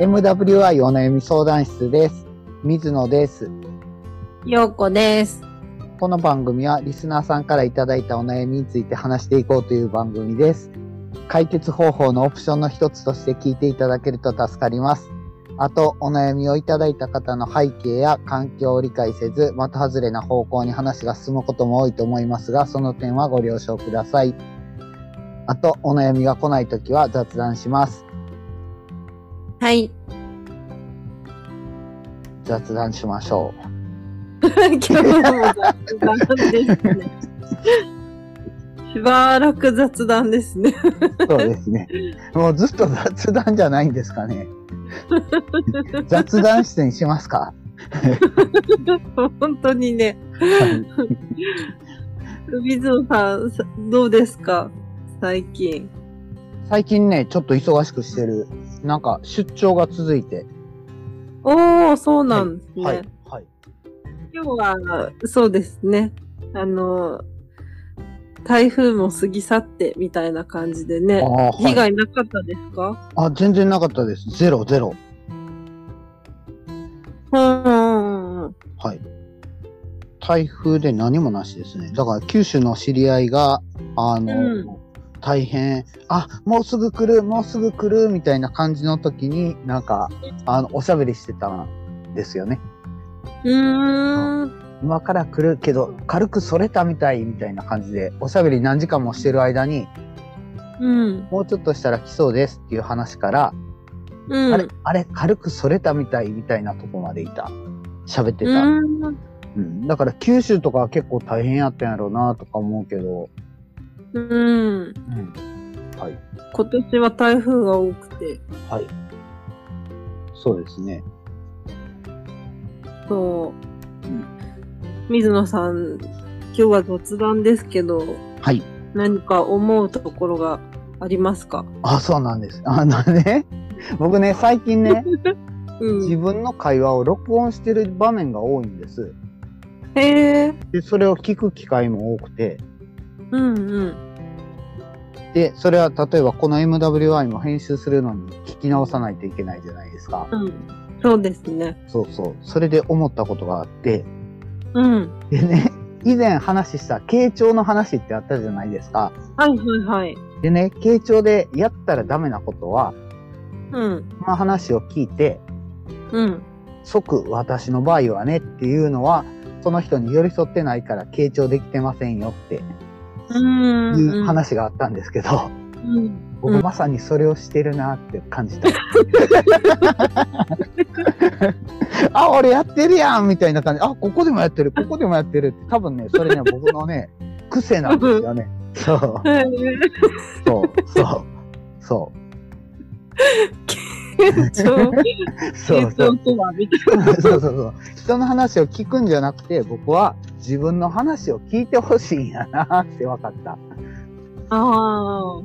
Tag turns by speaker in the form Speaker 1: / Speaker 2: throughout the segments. Speaker 1: MWI お悩み相談室です。水野です。
Speaker 2: ようこです。
Speaker 1: この番組はリスナーさんからいただいたお悩みについて話していこうという番組です。解決方法のオプションの一つとして聞いていただけると助かります。あと、お悩みをいただいた方の背景や環境を理解せず、的外れな方向に話が進むことも多いと思いますが、その点はご了承ください。あと、お悩みが来ないときは雑談します。
Speaker 2: はい。
Speaker 1: 雑談しましょう。
Speaker 2: 今日も雑談ですね。しばらく雑談ですね。
Speaker 1: そうですね。もうずっと雑談じゃないんですかね。雑談出演しますか。
Speaker 2: 本当にね。
Speaker 1: はい
Speaker 2: 水野さん、さどうですか最近。
Speaker 1: 最近ね、ちょっと忙しくしてる。なんか出張が続いて。
Speaker 2: おー、そうなんですね。
Speaker 1: はい。はい。
Speaker 2: 今日は、そうですね。あの、台風も過ぎ去ってみたいな感じで
Speaker 1: あ
Speaker 2: ね。
Speaker 1: あ、
Speaker 2: 被
Speaker 1: はい。
Speaker 2: 害なかったですか
Speaker 1: あ、全然なかったです。ゼロゼロ。
Speaker 2: うんうんうん。
Speaker 1: はい。台風で何もなしですね。だから九州の知り合いが、あの、
Speaker 2: うん
Speaker 1: 大変、あ、もうすぐ来る、もうすぐ来る、みたいな感じの時に、なんか、あの、おしゃべりしてたんですよね。
Speaker 2: うーん。
Speaker 1: 今から来るけど軽くそれたみたいみたいな感じでおしゃべり何時間もしてる間に
Speaker 2: うん。
Speaker 1: もうちょっとしたら来そうですっていう話から、
Speaker 2: うん。
Speaker 1: あれあれ軽くそれたみたいみたいなとこまでいた喋ってた、うん
Speaker 2: うーん
Speaker 1: だから九州とかは結構大変やったんやろうなとか思うけど、
Speaker 2: うん。
Speaker 1: うん、はい
Speaker 2: 今年は台風が多くて、
Speaker 1: はいそうですね
Speaker 2: そう
Speaker 1: うん。
Speaker 2: 水野さん、今日は雑談ですけど、
Speaker 1: はい
Speaker 2: 何か思うところがありま すか
Speaker 1: あそうなんですあのね僕ね最近ね
Speaker 2: う
Speaker 1: 自
Speaker 2: ん。
Speaker 1: 分の会話を録音してる場面が多いんです
Speaker 2: へえ。
Speaker 1: でそれを聞く機会も多くて
Speaker 2: うんうん。
Speaker 1: で、それは例えばこの MWI も編集するのに聞き直さないといけないじゃないですか。
Speaker 2: うん。そうですね。
Speaker 1: そうそう。それで思ったことがあって、
Speaker 2: うん。
Speaker 1: でね、以前話した傾聴の話ってあったじゃないですか。
Speaker 2: はいはいはい。
Speaker 1: でね、傾聴でやったらダメなことは、
Speaker 2: うん。
Speaker 1: この話を聞いて、
Speaker 2: うん。
Speaker 1: 即私の場合はねっていうのは、その人に寄り添ってないから傾聴できてませんよって
Speaker 2: うん。。
Speaker 1: いううん話があったんですけど、
Speaker 2: う ん。う
Speaker 1: 僕
Speaker 2: ん
Speaker 1: まさにそれをしてるなって感じた。 あ、俺やってるやんみたいな感じ。あ、ここでもやってる、ここでもやってるって、多分ね、それね、僕の ね、癖なんですよね。そう、
Speaker 2: へえ
Speaker 1: そう、そう、そ
Speaker 2: そう。
Speaker 1: う、そう、
Speaker 2: そ
Speaker 1: そうう、
Speaker 2: とはみたい
Speaker 1: そう、 そう、そう。人の話を聞くんじゃなくて、僕は自分の話を聞いてほしいんやなって分かった。
Speaker 2: な。ああ。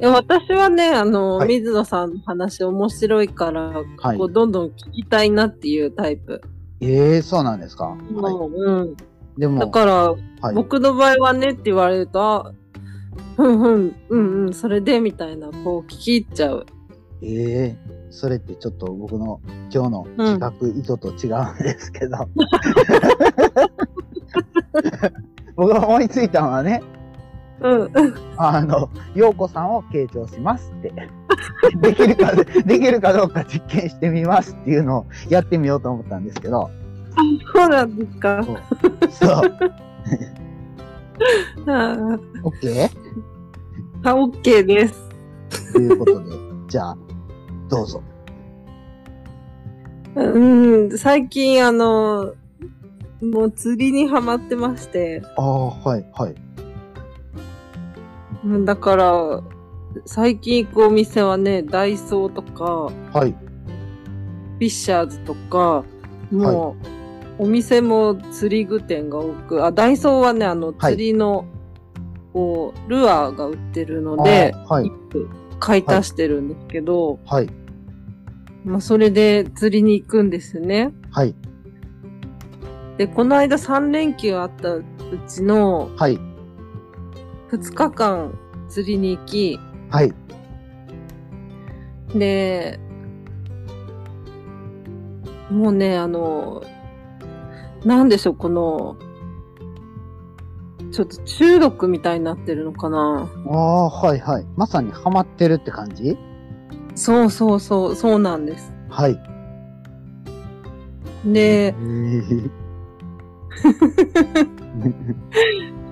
Speaker 2: え私はね、あの、
Speaker 1: はい
Speaker 2: 水野さんの話面白いから、
Speaker 1: はい
Speaker 2: こうどんどん聞きたいなっていうタイプ。
Speaker 1: ええそうなんですか。は
Speaker 2: もううん
Speaker 1: い、で
Speaker 2: だ
Speaker 1: も、
Speaker 2: から、
Speaker 1: はい、
Speaker 2: 僕の場合はねって言われると、あふんふん、うんうん、それでみたいな、こう聞き入っちゃう。
Speaker 1: ええそれってちょっと僕の今日の企画意図と違うんですけど。 僕が思いついたのはね、
Speaker 2: うん。
Speaker 1: あの、陽子さんを傾聴しますって。 できるか、できるかどうか実験してみますっていうのをやってみようと思ったんですけど。
Speaker 2: そうなんですか。
Speaker 1: そう。
Speaker 2: あ
Speaker 1: OK?
Speaker 2: あ、オッケーです。
Speaker 1: ということで、じゃあ、どうぞ。
Speaker 2: うん、最近あの、もう釣りにハマってまして、
Speaker 1: ああ、はい、はい。
Speaker 2: うんだから、最近行くお店はね、ダイソーとか、
Speaker 1: はい。
Speaker 2: フィッシャーズとか、もう、お店も釣り具店が多く、あ、ダイソーはね、あの、
Speaker 1: はい
Speaker 2: 釣りの、こう、ルアーが売ってるので、
Speaker 1: あーはい、
Speaker 2: 買い足してるんですけど、
Speaker 1: はい、
Speaker 2: まあ、それで釣りに行くんですね。
Speaker 1: はい、
Speaker 2: で、この間3連休あったうちの
Speaker 1: はい、
Speaker 2: 2日間釣りに行き、
Speaker 1: はい、
Speaker 2: で、もうね、あの、なんでしょう、この、ちょっと中毒みたいになってるのかな。
Speaker 1: ああ、はいはい。まさにハマってるって感じ
Speaker 2: そうそうそう、そうなんです。
Speaker 1: はい。
Speaker 2: で、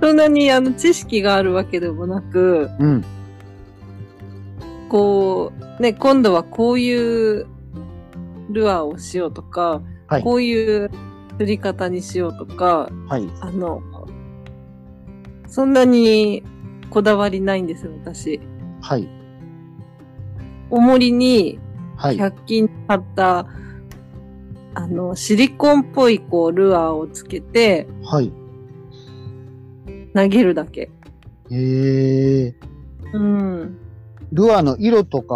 Speaker 2: そんなにあの知識があるわけでもなく、
Speaker 1: うん。
Speaker 2: こう、ね、今度はこういうルアーをしようとか、
Speaker 1: はい
Speaker 2: こういう釣り方にしようとか、
Speaker 1: はい。
Speaker 2: あの、そんなにこだわりないんですよ、私。
Speaker 1: はい。
Speaker 2: 重りに
Speaker 1: はい。
Speaker 2: 100均に買った、あの、シリコンっぽいこうルアーをつけて
Speaker 1: はい。
Speaker 2: 投げるだけ。
Speaker 1: へえ。
Speaker 2: うん。
Speaker 1: ルアーの色とか、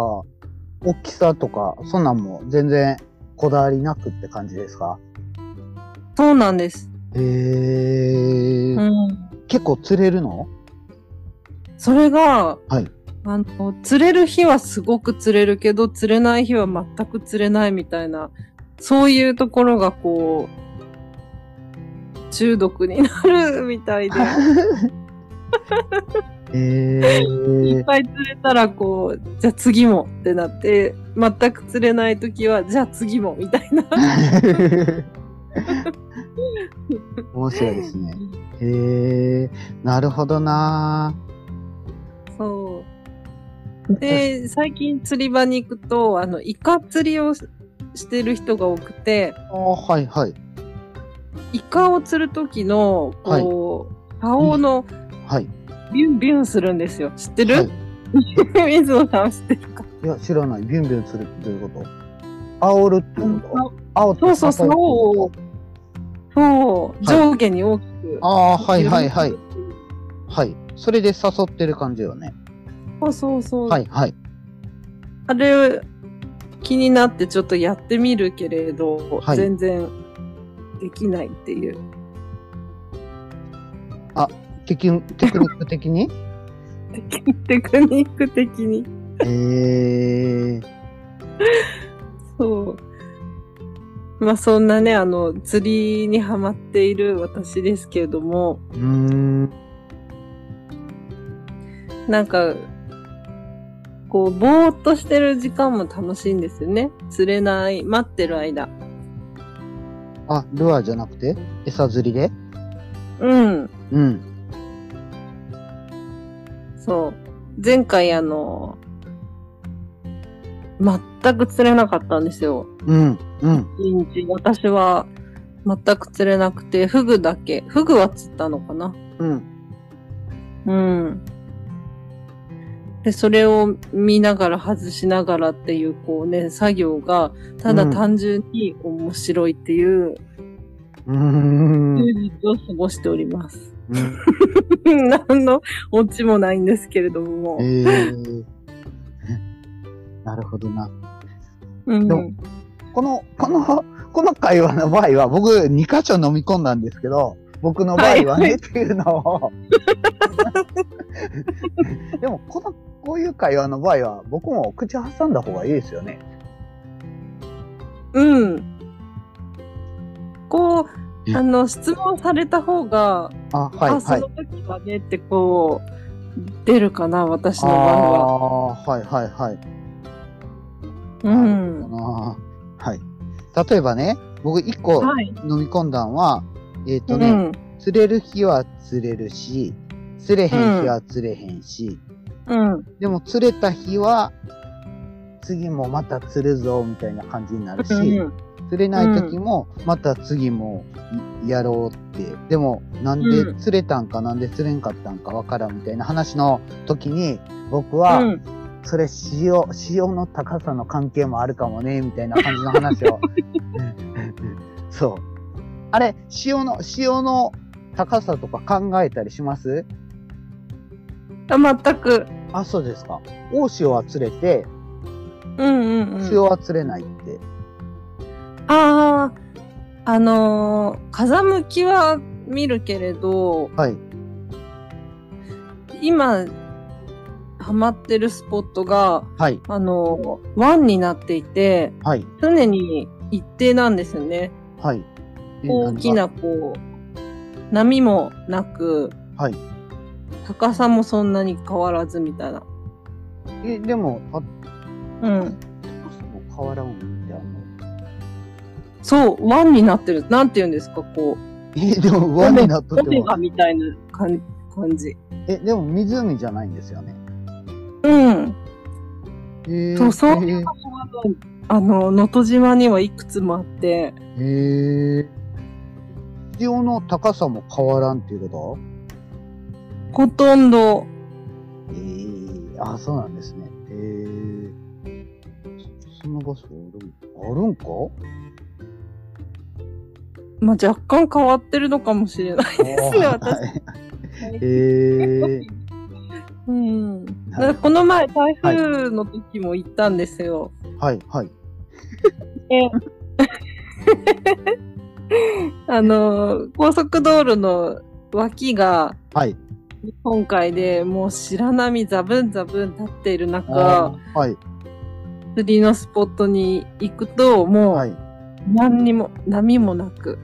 Speaker 1: 大きさとか、そんなんも全然こだわりなくって感じですか
Speaker 2: そうなんです。
Speaker 1: へえ、
Speaker 2: うん。
Speaker 1: 結構釣れるの
Speaker 2: それが、
Speaker 1: はい
Speaker 2: あの、釣れる日はすごく釣れるけど、釣れない日は全く釣れないみたいな、そういうところがこう、中毒になるみたいで、
Speaker 1: へえ
Speaker 2: いっ ぱい釣れたらこう、じゃあ次もってなって、全く釣れない時は、じゃあ次もみたいな。
Speaker 1: 面白いですね。へえ、なるほどな
Speaker 2: そう。で、最近釣り場に行くと、あの、イカ釣りをししてる人が多くて、
Speaker 1: ああ、はいはい。
Speaker 2: イカを釣る時の、こう、顔の
Speaker 1: はい。
Speaker 2: ビュンビュンするんですよ。知ってる、
Speaker 1: はい
Speaker 2: 水野さん知ってるか
Speaker 1: いや、知らない。ビュンビュンするってどういうこと煽るっていうこと煽って
Speaker 2: そうそう
Speaker 1: 叩いてるってこ
Speaker 2: そうそう、上下に大きく
Speaker 1: と。ああ、はいはいはい。はい。それで誘ってる感じよね。
Speaker 2: そうそうそう。
Speaker 1: はいはい。
Speaker 2: あれ、気になってちょっとやってみるけれど、
Speaker 1: はい
Speaker 2: 全然できないっていう。
Speaker 1: テキュンテクニック的 に
Speaker 2: テクニック的に。
Speaker 1: へえ。
Speaker 2: そう。まあそんなね、あの、釣りにハマっている私ですけれども、
Speaker 1: うーん。
Speaker 2: なんか、こう、ぼーっとしてる時間も楽しいんですよね。釣れない、待ってる間。
Speaker 1: あ、ルアーじゃなくて餌釣りで
Speaker 2: うん、
Speaker 1: うん。
Speaker 2: そう。前回あの、全く釣れなかったんですよ。
Speaker 1: うん。うん。
Speaker 2: 一日私は全く釣れなくて、フグだけ。フグは釣ったのかな
Speaker 1: うん。
Speaker 2: うん。で、それを見ながら外しながらっていう、こうね、作業が、ただ単純に面白いっていう、
Speaker 1: うーん。
Speaker 2: 休日を過ごしております。
Speaker 1: うん
Speaker 2: 何のオチもないんですけれども。
Speaker 1: ええ。なるほどな。
Speaker 2: うん
Speaker 1: でもこの、この、この会話の場合は、僕、2箇所飲み込んだんですけど、僕の場合は
Speaker 2: はい
Speaker 1: ね、っていうのを。 でも、この、こういう会話の場合は、僕も口挟んだ方がいいですよね。
Speaker 2: うん。こ
Speaker 1: え
Speaker 2: う、あの、質問された方が、
Speaker 1: あ、はい、
Speaker 2: あ、そ
Speaker 1: はい
Speaker 2: の。時はねってこう、出るかな、私
Speaker 1: あ
Speaker 2: の場合は。
Speaker 1: あ、はい、はい、はい。
Speaker 2: う
Speaker 1: なるほ
Speaker 2: ん。
Speaker 1: どなはい。例えばね、僕1個
Speaker 2: はい。
Speaker 1: 飲み込んだんは、えっ、
Speaker 2: う
Speaker 1: とね、
Speaker 2: ん。
Speaker 1: 釣れる日は釣れるし、釣れへん日は釣れへんし、
Speaker 2: うん。
Speaker 1: でも釣れた日は、次もまた釣るぞみたいな感じになるし、
Speaker 2: うん
Speaker 1: 釣れない時も、また次もいやろうって、でもなんで釣れたんか、なんで釣れんかったんかわからんみたいな話の時に、僕は、
Speaker 2: うん
Speaker 1: それ潮、潮の高さの関係もあるかもね、みたいな感じの話 を。 そう。あれ、潮の、潮の高さとか考えたりします
Speaker 2: あ、全く。
Speaker 1: あ、そうですか。大潮は釣れて、
Speaker 2: うんうんうん。
Speaker 1: 潮は釣れないって。
Speaker 2: ああ、あのー風向きは見るけれど、
Speaker 1: はい。
Speaker 2: 今、ハマってるスポットが、
Speaker 1: はい。
Speaker 2: あのー湾になっていて、
Speaker 1: はい。
Speaker 2: 常に一定なんですよね。
Speaker 1: はい。え
Speaker 2: 大き。なこう、波もなく、
Speaker 1: はい
Speaker 2: 高さもそんなに変わらずみたいな。
Speaker 1: 何がえ、でも、あ、
Speaker 2: うん。
Speaker 1: その河原音ってあの、
Speaker 2: そう、湾になってる。なんて言うんですか、こう。
Speaker 1: え、でも、輪になっとっ
Speaker 2: オ
Speaker 1: て
Speaker 2: メ
Speaker 1: も
Speaker 2: ガ、みたいな感感じ。
Speaker 1: え、でも湖じゃないんですよね。
Speaker 2: うん。
Speaker 1: えー、
Speaker 2: そうそう
Speaker 1: えー
Speaker 2: あの、能登島にはいくつもあって、
Speaker 1: へえ。潮の高さも変わらんっていうこ
Speaker 2: ほとんど、
Speaker 1: とええあ、そうなんですね。へえ。そそんな場所あるんあるんか
Speaker 2: まあ、若干変わってるのかもしれない。すね私
Speaker 1: はいへえ。
Speaker 2: うん。だ
Speaker 1: な
Speaker 2: から
Speaker 1: るほ
Speaker 2: この前、台風の時も行ったんですよ。
Speaker 1: どはい、はい。
Speaker 2: あの、高速道路の脇が、
Speaker 1: はい。
Speaker 2: 今回でもう白波ザブンザブン立っている
Speaker 1: あ
Speaker 2: 中、
Speaker 1: ーはい、
Speaker 2: 釣りのスポットに行くと、も
Speaker 1: は
Speaker 2: う
Speaker 1: い。
Speaker 2: 何にも、波もなく。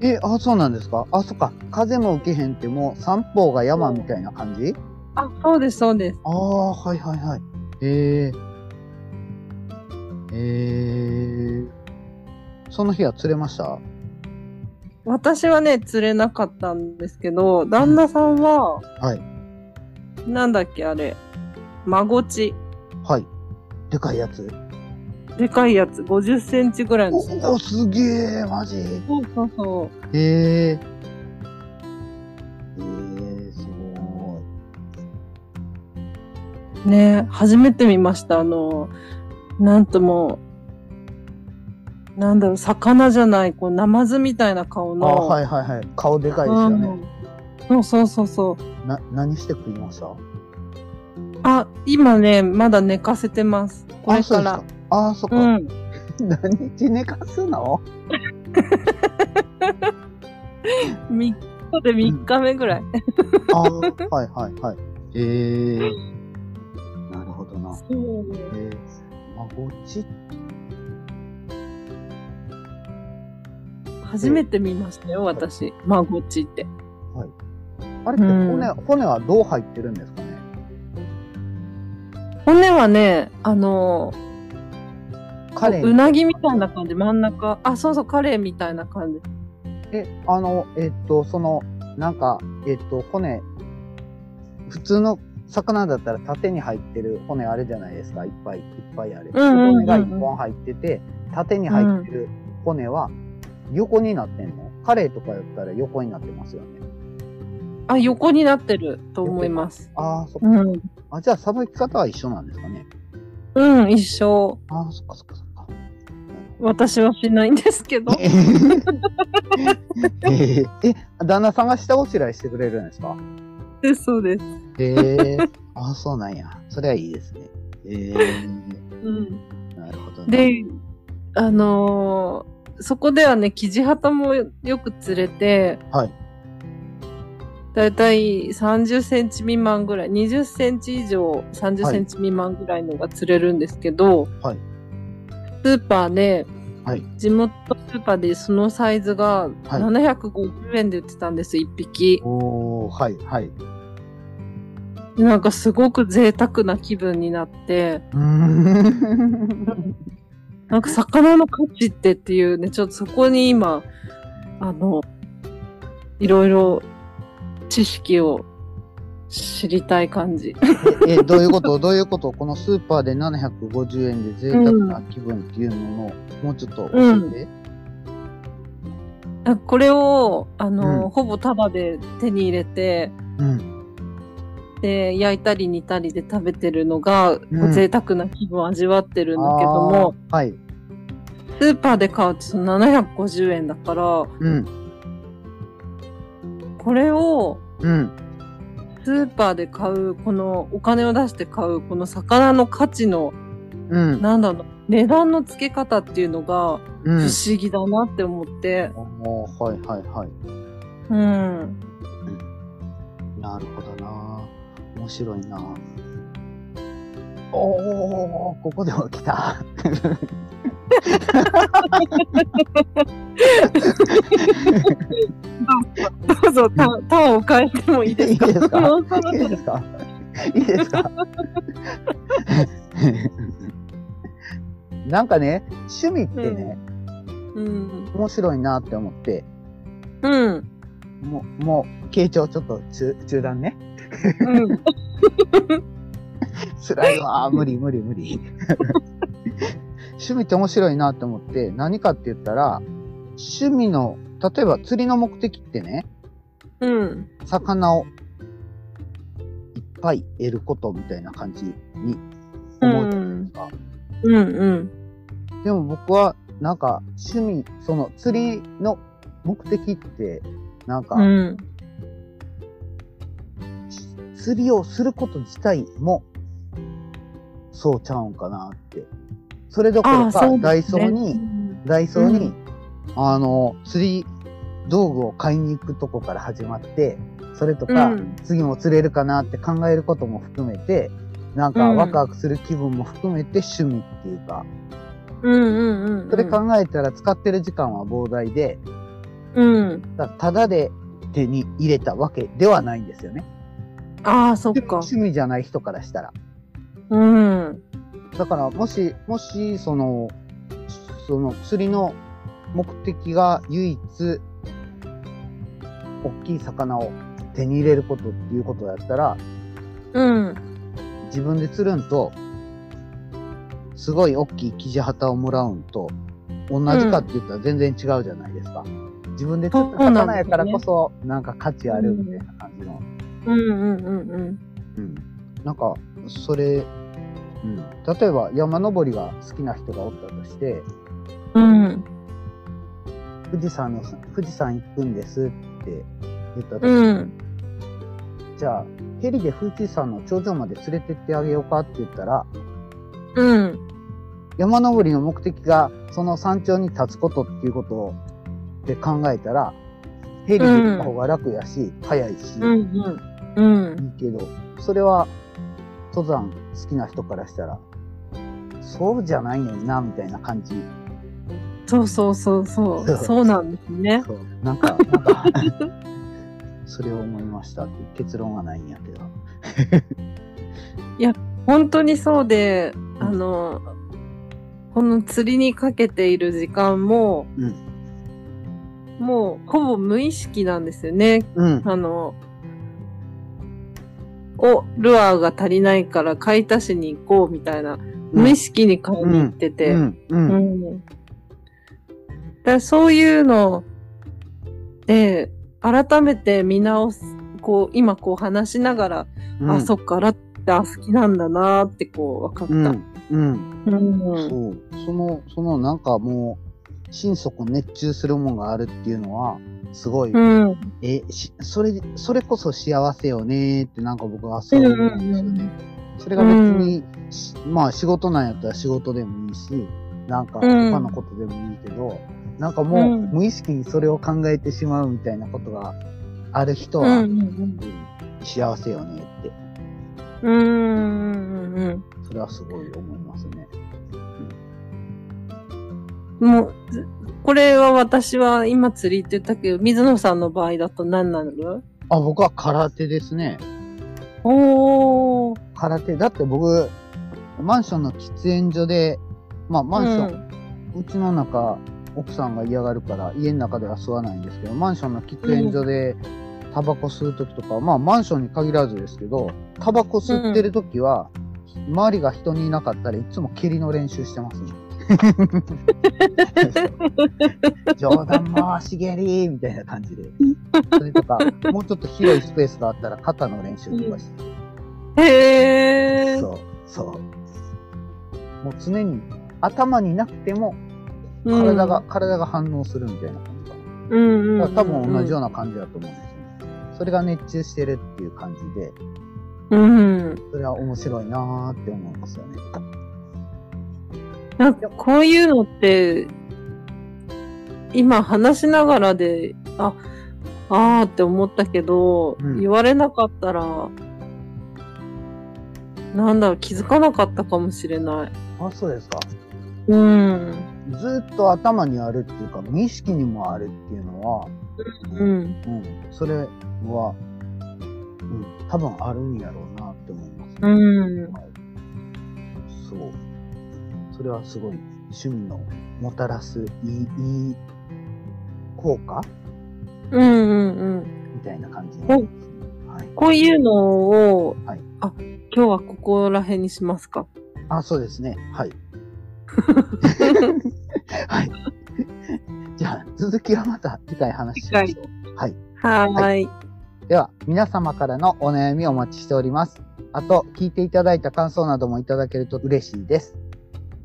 Speaker 1: え、あ、そうなんですかあ、そっか。風も受けへんって、もう三方が山みたいな感じ
Speaker 2: あ、そうです、そうです。
Speaker 1: ああ、はいはいはい。へえ。へえ。その日は釣れました
Speaker 2: 私はね、釣れなかったんですけど、旦那さんは、
Speaker 1: はい。
Speaker 2: なんだっけ、あれ、マゴチ。
Speaker 1: はい。でかいやつ。
Speaker 2: でかいやつ、50センチぐらいのちっちゃ
Speaker 1: お
Speaker 2: い
Speaker 1: お、すげえ、マジ。へ
Speaker 2: そうそうそう。
Speaker 1: え。へえ、すご
Speaker 2: ね、初めて見ました。あの、なんとも、なんだろう、魚じゃない、こう、ナマズみたいな顔
Speaker 1: い。あ、
Speaker 2: の。
Speaker 1: はいはいはい。顔でかいですよね。
Speaker 2: うんそうそうそうそう。
Speaker 1: な、何して食いました
Speaker 2: あ、今ね、まだ寝かせてます。これ
Speaker 1: あ、そ
Speaker 2: か
Speaker 1: うです
Speaker 2: ら
Speaker 1: か。。あー、そっか。
Speaker 2: うん。
Speaker 1: 何日寝かすの
Speaker 2: 3日で3日目ぐらい。
Speaker 1: あ ー、はいはいはい。えー。なるほどな。えー、まごち
Speaker 2: 初めて見ましたよ、私。マゴチって。
Speaker 1: あれって骨、
Speaker 2: う
Speaker 1: 骨はどう入ってるんですかね
Speaker 2: 骨はね、あの、
Speaker 1: カレー
Speaker 2: うなぎみたいな感じ、真ん中。あ、そうそう、カレーみたいな感じ。
Speaker 1: え、あの、えっと、その、なんか、えっと、骨、普通の魚だったら縦に入ってる骨あれじゃないですか、いっぱいいっぱいあれ。
Speaker 2: うんうんうんう
Speaker 1: 骨
Speaker 2: ん
Speaker 1: が1本入ってて、縦に入ってる骨は横になってんの、カレーとかやったら横になってますよね。
Speaker 2: あ、横になってると思います。
Speaker 1: ああ、そっか。
Speaker 2: うん。
Speaker 1: あ、じゃあ、さばき方は一緒なんですかね。
Speaker 2: うん、一生。
Speaker 1: ああ、そっかそっかそっか。
Speaker 2: 私はしないんですけど。
Speaker 1: えーえ、 旦那さんが下ごしらえしてくれるんですか
Speaker 2: そうです。
Speaker 1: へえあ、そうなんや。それはいいですね。ええ
Speaker 2: うん。
Speaker 1: なるほど、ね。
Speaker 2: で、あのーそこではね、キジハタもよく釣れて、
Speaker 1: はい
Speaker 2: だいたい30センチ未満ぐらい、20センチ以上30
Speaker 1: はい
Speaker 2: センチ未満ぐらいのが釣れるんですけど、
Speaker 1: はい
Speaker 2: スーパーで、
Speaker 1: はい
Speaker 2: 地元スーパーでそのサイズが750円で売ってたんです、1匹。
Speaker 1: おおはい、はい。う
Speaker 2: でなんかすごく贅沢な気分になって、
Speaker 1: ーん。
Speaker 2: なんか魚の価値ってっていうね、ちょっとそこに今、あの、いろいろ知識を知りたい感じ。
Speaker 1: え、えどういうことどういうことこのスーパーで750円で贅沢な気分っていうのを、もうちょっと教えて。
Speaker 2: なんかこれを、あの、
Speaker 1: うん
Speaker 2: ほぼタダで手に入れて、
Speaker 1: うん。
Speaker 2: で、焼いたり煮たりで食べてるのが、
Speaker 1: うん
Speaker 2: 贅沢な気分を味わってるんだけども、
Speaker 1: あー。はい。
Speaker 2: スーパーで買うとその750円だから、
Speaker 1: うん。
Speaker 2: これを、
Speaker 1: うん。
Speaker 2: スーパーで買う、このお金を出して買う、この魚の価値の
Speaker 1: うん。
Speaker 2: なんだろう、値段の付け方っていうのが
Speaker 1: う
Speaker 2: 不
Speaker 1: ん。
Speaker 2: 思議だなって思って。
Speaker 1: おーはい、はい、はい。
Speaker 2: うん。
Speaker 1: なるほどな。面白いな。 おーおーおーおーここでも来た。
Speaker 2: どうぞ、タタンを変えてもいい
Speaker 1: い
Speaker 2: です
Speaker 1: い
Speaker 2: か
Speaker 1: ですか
Speaker 2: もうそろ
Speaker 1: いい
Speaker 2: そろ
Speaker 1: ですかいいですか なんかね趣味ってね、
Speaker 2: うん。
Speaker 1: 面白いなって思って
Speaker 2: うん。
Speaker 1: もうもう傾聴ちょっと中中断ね
Speaker 2: うん。
Speaker 1: 辛いわ無理無理無理趣味って面白いなって思って何かって言ったら趣味の例えば釣りの目的ってね
Speaker 2: うん。
Speaker 1: 魚をいっぱい得ることみたいな感じに思うじゃないですか、
Speaker 2: うん。うん。
Speaker 1: でも僕はなんか趣味その釣りの目的ってなんか
Speaker 2: うん。
Speaker 1: 釣りをすること自体もそうちゃうんかなってそれどこ
Speaker 2: あ
Speaker 1: ろ
Speaker 2: あ、そう
Speaker 1: か
Speaker 2: ですね。
Speaker 1: ダイソーに、
Speaker 2: うん
Speaker 1: ダイソーに、
Speaker 2: う
Speaker 1: あの釣り道具を買いに行くとこから始まってそれと
Speaker 2: う
Speaker 1: か、
Speaker 2: ん。
Speaker 1: 次も釣れるかなって考えることも含めてなんか
Speaker 2: うん
Speaker 1: ワクワクする気分も含めて趣味っていうか、
Speaker 2: うんうんうん。
Speaker 1: それ考えたら使ってる時間は膨大で
Speaker 2: うん。
Speaker 1: だただで手に入れたわけではないんですよね
Speaker 2: ああ、そっか。
Speaker 1: 趣味じゃない人からしたら
Speaker 2: うん。
Speaker 1: だからもしもしそのその釣りの目的が唯一大きい魚を手に入れることっていうことだったら
Speaker 2: うん。
Speaker 1: 自分で釣るんとすごい大きいキジハタをもらうんと同じかって言ったら全然違うじゃないですか、自分で釣った
Speaker 2: そうなんです
Speaker 1: 魚
Speaker 2: ね
Speaker 1: やからこそなんか価値あるみたいな感じの、
Speaker 2: うんうんうんうん。
Speaker 1: うん、なんかそれ、うん、例えば山登りが好きな人がおったとして
Speaker 2: うん。
Speaker 1: 富士山の富士山行くんですって言ったとして、
Speaker 2: うん。
Speaker 1: じゃあヘリで富士山の頂上まで連れてってあげようかって言ったら
Speaker 2: うん。
Speaker 1: 山登りの目的がその山頂に立つことっていうことをって考えたらヘリで行った方が楽やし、早いし、
Speaker 2: うん。うん。うん。
Speaker 1: いいけどそれは登山好きな人からしたらそうじゃないねんなみたいな感じ
Speaker 2: そうそうそうそう。そうなんですね。
Speaker 1: そうなんかなんかそれを思いましたっていう結論はないんやけど。
Speaker 2: 本当にそうで、
Speaker 1: ん
Speaker 2: あの、この釣りにかけている時間も、
Speaker 1: うん
Speaker 2: もうほぼ無意識なんですよね。
Speaker 1: うん
Speaker 2: あの、お、ルアーが足りないから買い足しに行こうみたいな、無意識に買いに行ってて。
Speaker 1: うんう
Speaker 2: うんん。だからそういうので、改めて見直す、こう、今こう話しながら、
Speaker 1: うん
Speaker 2: あ、そっか、ラッタ好きなんだなーってこう分か
Speaker 1: うん
Speaker 2: っ
Speaker 1: うん、
Speaker 2: た。うん。うん。
Speaker 1: そうそのそのなんかもう心底熱中するもんがあるっていうのはすごい、
Speaker 2: うん。
Speaker 1: えしそれそれこそ幸せよねーってなんか僕はそう思うんですよ
Speaker 2: うんうんう
Speaker 1: ね。それが別に、しまあ仕事なんやったら仕事でもいいしなんか
Speaker 2: うん
Speaker 1: 他のことでもいいけど、なんかもう
Speaker 2: うん
Speaker 1: 無意識にそれを考えてしまうみたいなことがある人
Speaker 2: う
Speaker 1: は、
Speaker 2: ん。
Speaker 1: 幸せよねって
Speaker 2: うん。うん。
Speaker 1: それはすごい思いますね。
Speaker 2: うん。もう、ずこれは私は今釣りって言ったけど、水野さんの場合だと何なの
Speaker 1: あ僕は空手ですね。
Speaker 2: おー。
Speaker 1: 空手だって僕マンションの喫煙所でまあマンション、うちの中奥さんが嫌がるから家の中では吸わないんですけどマンションの喫煙所でタバコ吸う時とか、まあマンションに限らずですけどタバコ吸ってる時は、周りが人にいなかったらいつも蹴りの練習してますね。冗談回し蹴りみたいな感じでそれとかもうちょっと広いスペースがあったら肩の練習とかして
Speaker 2: うん。へー。
Speaker 1: そう、そう。もう常に頭になくても体が、体が反応するみたいな感じかな。
Speaker 2: うん、うんうんうん。
Speaker 1: だから多分同じよう
Speaker 2: な。
Speaker 1: な感じだと思うんですよね。それが熱中してるっていう感じで、
Speaker 2: うん。
Speaker 1: それは面白いなーって思いますよね。
Speaker 2: なんかこういうのって、今話しながらで、あ、あーって思ったけど、
Speaker 1: うん
Speaker 2: 言われなかったら、なんだろう、気づかなかったかもしれない。
Speaker 1: あ、そうですか。
Speaker 2: うん。
Speaker 1: ずっと頭にあるっていうか無意識にもあるっていうのは、
Speaker 2: うん。
Speaker 1: うん、それは、うん、多分あるんやろうなって思います、
Speaker 2: うん
Speaker 1: はいそうそれはすごい趣味のもたらすいいいい効果
Speaker 2: うんうんうん。
Speaker 1: みたいな感じになりますねはい、
Speaker 2: こういうのを、
Speaker 1: はい
Speaker 2: あ、今日はここら辺にしま すか。
Speaker 1: あそうですねはいはいじゃあ続きはまた次回話しましょうはい
Speaker 2: はーい。
Speaker 1: はでは、皆様からのお悩みをお待ちしております。あと、聞いていただいた感想などもいただけると嬉しいです。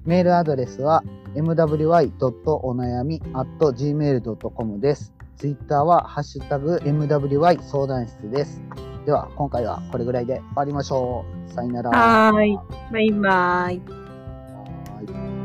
Speaker 1: メールアドレスは、mwy.onayami.gmail.com です。ツイッターは、ハッシュタグ、mwy 相談室です。では、今回はこれぐらいで終わりましょう。さよなら。
Speaker 2: はーい。バイバイ。
Speaker 1: はーい